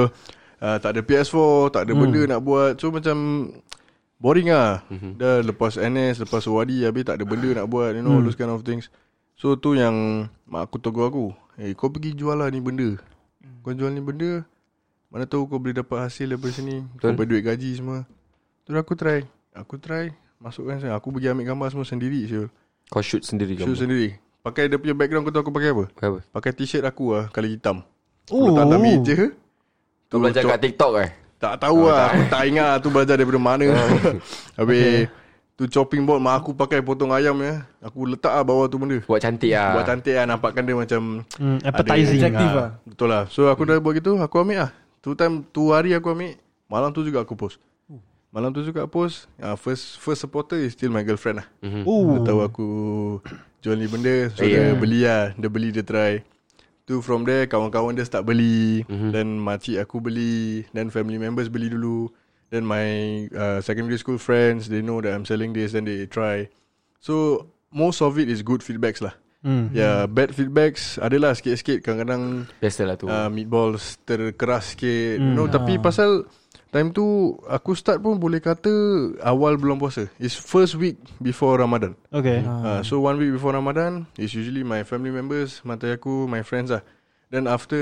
S8: uh, Tak ada PS4 Tak ada benda
S5: Hmm.
S8: nak buat So macam Boring lah
S5: Mhm.
S8: Dah lepas NS Lepas OAD Habis tak ada benda nak buat You know all
S5: Hmm.
S8: those kind of things So tu yang Mak aku tegur aku Eh kau pergi jual lah ni benda Kau jual ni benda Mana tahu kau boleh dapat hasil daripada sini Kau dapat duit gaji semua Tu aku try Aku try Masukkan saya Aku pergi ambil gambar semua sendiri Syul
S5: Kau shoot sendiri
S8: Syul
S5: gambar.
S8: sendiri Pakai dia punya background Kau tahu aku pakai apa?
S5: Apa?
S8: Pakai t-shirt aku lah Kali hitam
S4: Oh.
S8: Aku tak ambil je
S5: Kau belajar kat TikTok eh?
S8: tak tahu lah Aku tak ingat tu belajar daripada mana Habis Tu chopping board Mak aku pakai potong ayam ya Aku letak lah bawah tu benda
S5: Buat cantik lah.
S8: Buat cantik lah Nampakkan dia macam
S4: Hmm, appetizing.
S1: Attractive
S4: lah.
S1: lah.
S8: Betul lah So aku dah buat gitu Aku ambil lah Tu time Tu hari aku ambil Malam tu juga aku post Malam tu juga post uh, First first supporter is still my girlfriend lah
S4: Oh.
S8: Dia tahu aku Jual ni benda So dia beli lah Dia beli dia try Tu from there Kawan-kawan dia start beli Then makcik aku beli Then family members beli dulu Then my uh, Secondary school friends They know that I'm selling this Then they try So Most of it is good feedbacks lah Ya
S4: Hmm.
S8: yeah, bad feedbacks Adalah sikit-sikit Kadang-kadang
S5: Biasalah tu.
S8: uh, Meatballs terkeras sikit mm. no, Tapi pasal Time tu Aku start pun boleh kata Awal bulan puasa It's first week Before Ramadan
S4: Okay.
S8: uh, So one week before Ramadan It's usually my family members Mata aku My friends lah Then after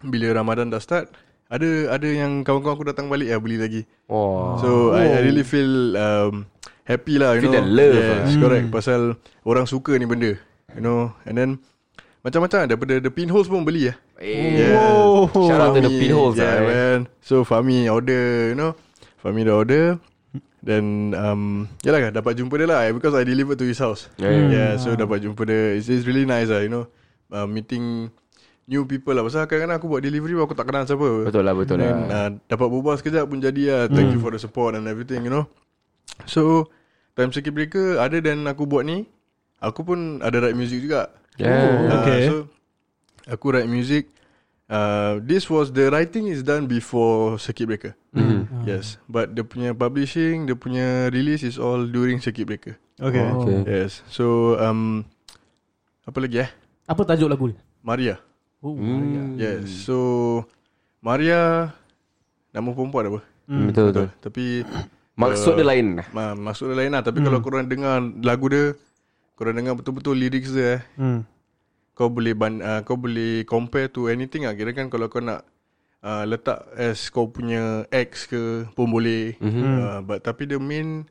S8: Bila Ramadan dah start Ada ada yang Kawan-kawan aku datang balik lah Beli lagi
S5: Wah.
S8: So I, I really feel um, Happy lah you
S5: Feel
S8: know
S5: the love
S8: Yes correct Pasal Orang suka ni benda You know And then Macam-macam Daripada the pinholes pun beli lah
S5: Eh,
S4: Oh.
S5: Shout out to the
S8: Fahmi,
S5: pinholes
S8: yeah,
S5: lah. eh.
S8: man. So Fahmi order You know Fahmi dah order Then um, Yalah kan dapat jumpa dia lah eh, Because I deliver to his house
S5: Yeah, yeah. Ah.
S8: yeah so dapat jumpa dia It's, it's really nice lah You know uh, Meeting New people lah Pasal kadang-kadang aku buat delivery pun Aku tak kenal siapa
S5: Betul Hmm. lah, betul
S8: Then,
S5: lah.
S8: uh, Dapat berbual sekejap pun jadi lah Thank you for the support and everything You know So Time circuit breaker Other than aku buat ni Aku pun ada write music juga
S5: Yeah. Oh,
S8: Ah,
S4: Okay.
S8: So aku write music. Uh, this was the writing is done before circuit breaker.
S5: Mm-hmm.
S1: Mm-hmm.
S5: Ah.
S8: Mm. Yes, but the punya publishing, the punya release is all during circuit breaker.
S4: Okay.
S5: Oh, Okay.
S8: Yes. So um apa lagi eh?
S1: Apa tajuk lagu ni?
S8: Maria.
S1: Oh,
S5: Hmm.
S1: Maria.
S8: Yes. So Maria nama perempuan apa?
S5: Betul, betul.
S8: Tapi
S5: Maksud dia lain.
S8: ma- maksud dia lain lah. Tapi kalau korang dengar lagu dia, korang dengar betul-betul lyrics dia eh.
S4: Hmm.
S8: kau boleh ban, uh, kau boleh compare to anything lah. Kira kan kalau kau nak uh, letak as kau punya ex ke pun boleh. Mm-hmm. Uh, but tapi the main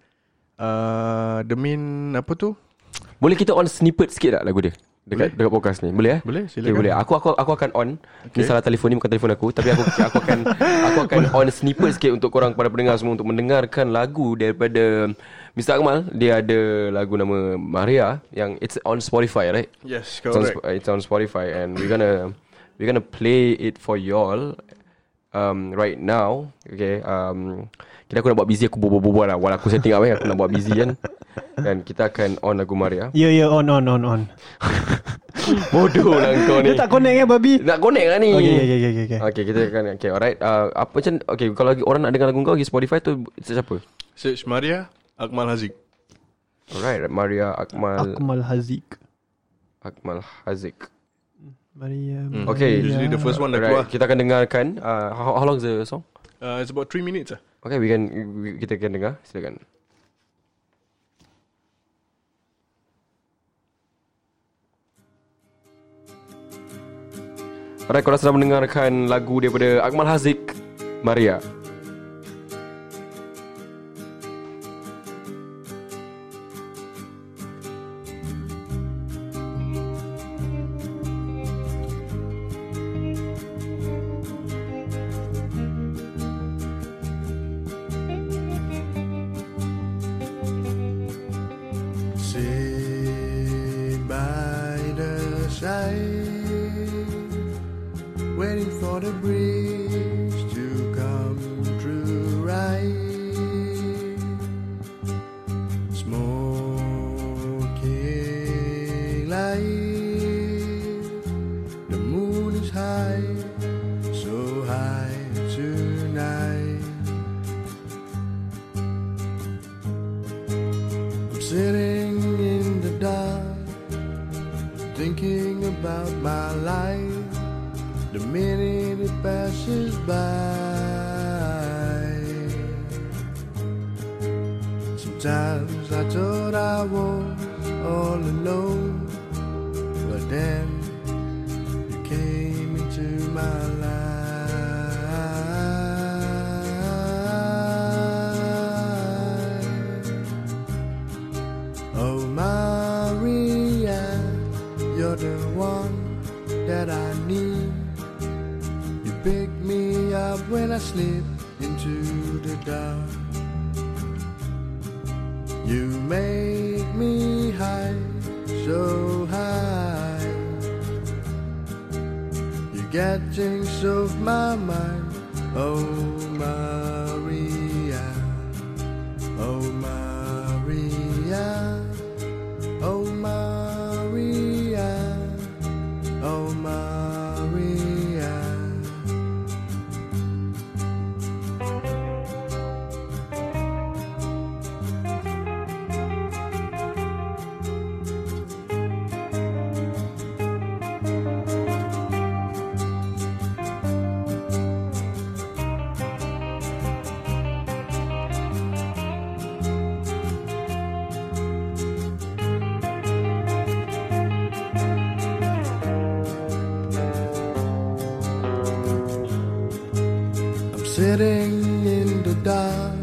S8: uh, the main apa tu?
S5: Boleh kita on snippet sikit tak lagu dia? Dekat boleh? dekat podcast ni. Boleh eh?
S8: Boleh, silakan.
S5: Okay, boleh. Aku aku aku akan on. Okay. Ni salah telefon ni bukan telefon aku, tapi aku aku akan aku akan on snippet sikit untuk korang para pendengar semua untuk mendengarkan lagu daripada Mr Akmal. Dia ada lagu nama Maria yang it's on Spotify, right?
S8: Yes,
S5: It's on,
S8: correct.
S5: Sp- it's on Spotify and we're gonna we're gonna play it for y'all um, right now okay um, kira aku nak buat busy aku berbual-bual lah walaupun aku setting up eh aku nak buat busy kan dan kita akan on lagu Maria
S4: Ya, ya, on, on, on, on.
S5: bodoh lah kau ni
S4: Dia tak connect kan, babi?
S5: nak connect lah ni
S4: Okay, okay, okay, okay, okay.
S5: Okay kita akan Okay alright uh, Apa macam Okay kalau lagi orang nak dengar lagu kau Pergi Spotify tu Siapa
S8: Search Maria Akmal Haziq
S5: Alright Maria Akmal
S4: Akmal Haziq.
S5: Akmal Haziq
S4: Maria.
S5: Okay
S8: Usually the first one dah keluar
S5: Alright kita akan dengarkan uh, how, how long is the song
S8: uh, It's about 3 minutes lah
S5: Okay we can we, Kita akan dengar Silakan Alright korang sedang mendengarkan Lagu daripada Akmal Haziq Maria
S6: Sit by the side, waiting for the breeze to come through right. Smoky light, the moon is high, so high tonight. I'm sitting in the dark, thinking about my life. The minute it passes by, sometimes I thought I was all alone, but then you came into my life. Oh Maria, you're the one that I need. You pick me up when I slip into the dark. You make me high, so high. You get things off my mind. Oh Maria. Oh Maria, oh Maria, oh Maria. I'm sitting in the dark,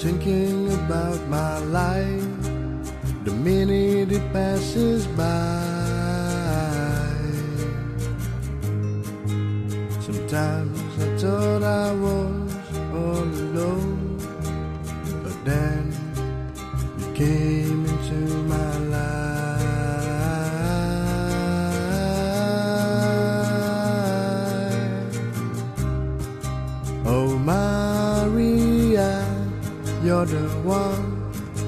S6: thinking about my life. The minute it passes by, sometimes I thought I was all alone, but then you came into my life. Oh Maria, you're the one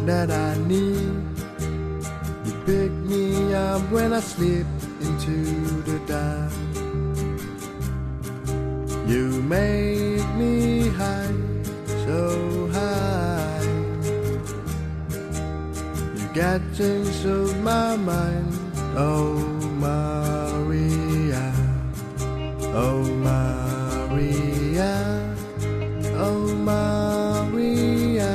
S6: that I need. You pick me up when I slip into the dark. You make me high, so high. You get things of my mind. Oh Maria. Oh Maria, oh Maria,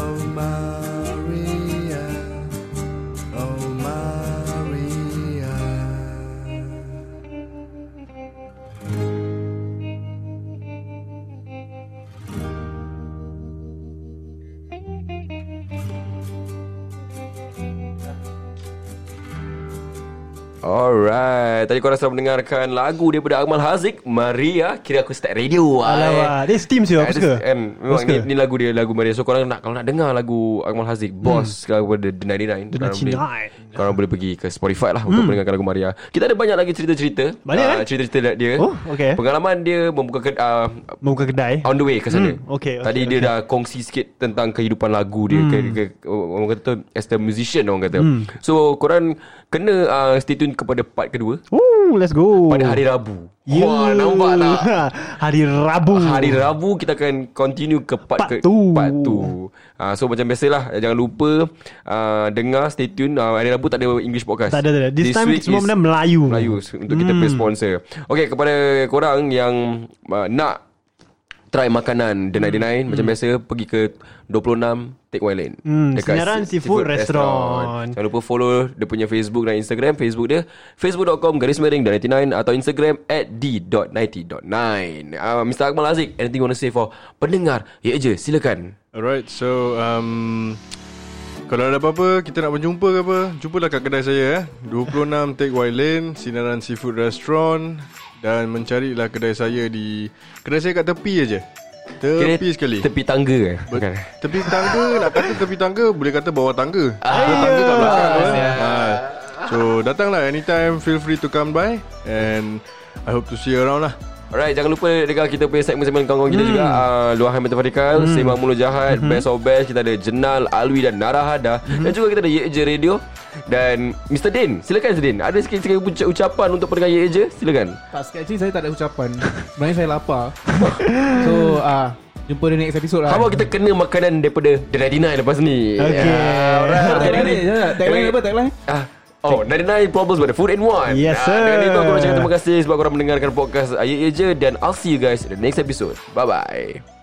S6: oh Maria, oh Maria.
S5: Alright Tadi korang sedang mendengarkan lagu daripada Akmal Haziq Maria Kira aku start radio lah eh.
S4: Alamak Dia steam sih
S5: At
S4: Aku
S5: this
S4: suka
S5: end, Memang
S4: Aku
S5: ni,
S4: suka.
S5: ni lagu dia Lagu Maria So korang nak Kalau nak dengar lagu Akmal Haziq Boss hmm. Daripada The
S4: The
S5: 99 korang boleh-
S4: 99.
S5: Korang boleh pergi ke Spotify lah Untuk mendengarkan lagu Maria Kita ada banyak lagi cerita-cerita
S4: Hmm. Banyak,
S5: Ah,
S4: eh?
S5: Cerita-cerita dia
S4: Oh, okay.
S5: Pengalaman dia Membuka ke, uh,
S4: Membuka kedai
S5: On the way ke sana
S4: Hmm, okay, okay,
S5: Tadi
S4: okay.
S5: dia
S4: Hmm.
S5: dah kongsi sikit Tentang kehidupan lagu dia ke, ke, Orang kata tu, As the musician orang kata So korang Kena uh, stay tune kepada part kedua
S4: Ooh, Let's go
S5: Pada hari Rabu
S4: Yeah.
S5: Wah nampak tak
S4: Hari Rabu
S5: Hari Rabu kita akan continue ke part,
S4: Part
S5: ke,
S4: tu.
S5: part tu. Uh, so macam biasalah jangan lupa uh, dengar stay tune uh, hari Rabu tak ada English podcast.
S4: Tak ada, tak ada. This time
S5: week
S4: semua
S5: is
S4: benda Melayu. Hmm.
S5: Melayu untuk kita punya sponsor. Okey kepada korang yang uh, nak try makanan denai denai hmm. macam biasa pergi ke 26 Take Wild Lane
S4: Hmm, Sinaran
S5: Si-
S4: Seafood Restaurant.
S5: Jangan lupa follow dia punya Facebook dan Instagram. Facebook dia facebook.com garis miring dan 99 atau Instagram at d.90.9. Uh, Mr. Akmal Aziz, anything you want to say for pendengar? Ya je, silakan.
S8: Alright, so um, kalau ada apa-apa, kita nak berjumpa ke apa, jumpalah kat kedai saya eh. 26 Take White Lane, Sinaran Seafood Restaurant dan mencarilah kedai saya di kedai saya kat tepi aje. Tepi
S5: Kira
S8: sekali.
S5: Tepi tangga eh?
S8: Ber-
S5: Bukan.
S8: Tepi tangga Nak kata tepi tangga Boleh kata bawah tangga
S5: Ah,
S8: Ada tangga kat belakang tu
S5: ya.
S8: kan. Ah. So datanglah anytime Feel free to come by And I hope to see you around lah
S5: Alright, jangan lupa dengar kita punya segmen-segmen kawan-kawan kita juga. Uh, Luahan Mata Fadikal, hmm. Sembang Mulut Jahat, Best of Best. Kita ada Jenal, Alwi dan Narahada. Dan juga kita ada Ye Je Radio. Dan Mr. Din, silakan Mr. Din. Ada sikit-sikit uca- ucapan untuk pendengar Ye Je? Silakan.
S1: Tak sikit actually saya tak ada ucapan Sebenarnya saya lapar So ah Jumpa di next episode lah
S5: How about kita kena makanan daripada The 99 lepas ni
S4: Okay.
S5: yeah, Ya, alright.
S1: Ah, Tagline
S5: Okay.
S1: dia Tagline apa tagline
S5: Ah, Oh, 99 problems with the food and wine
S4: Yes, sir.
S5: Dengan itu aku nak cakap terima kasih Sebab korang mendengarkan podcast Ayat Ye Je Dan I'll see you guys in the next episode Bye-bye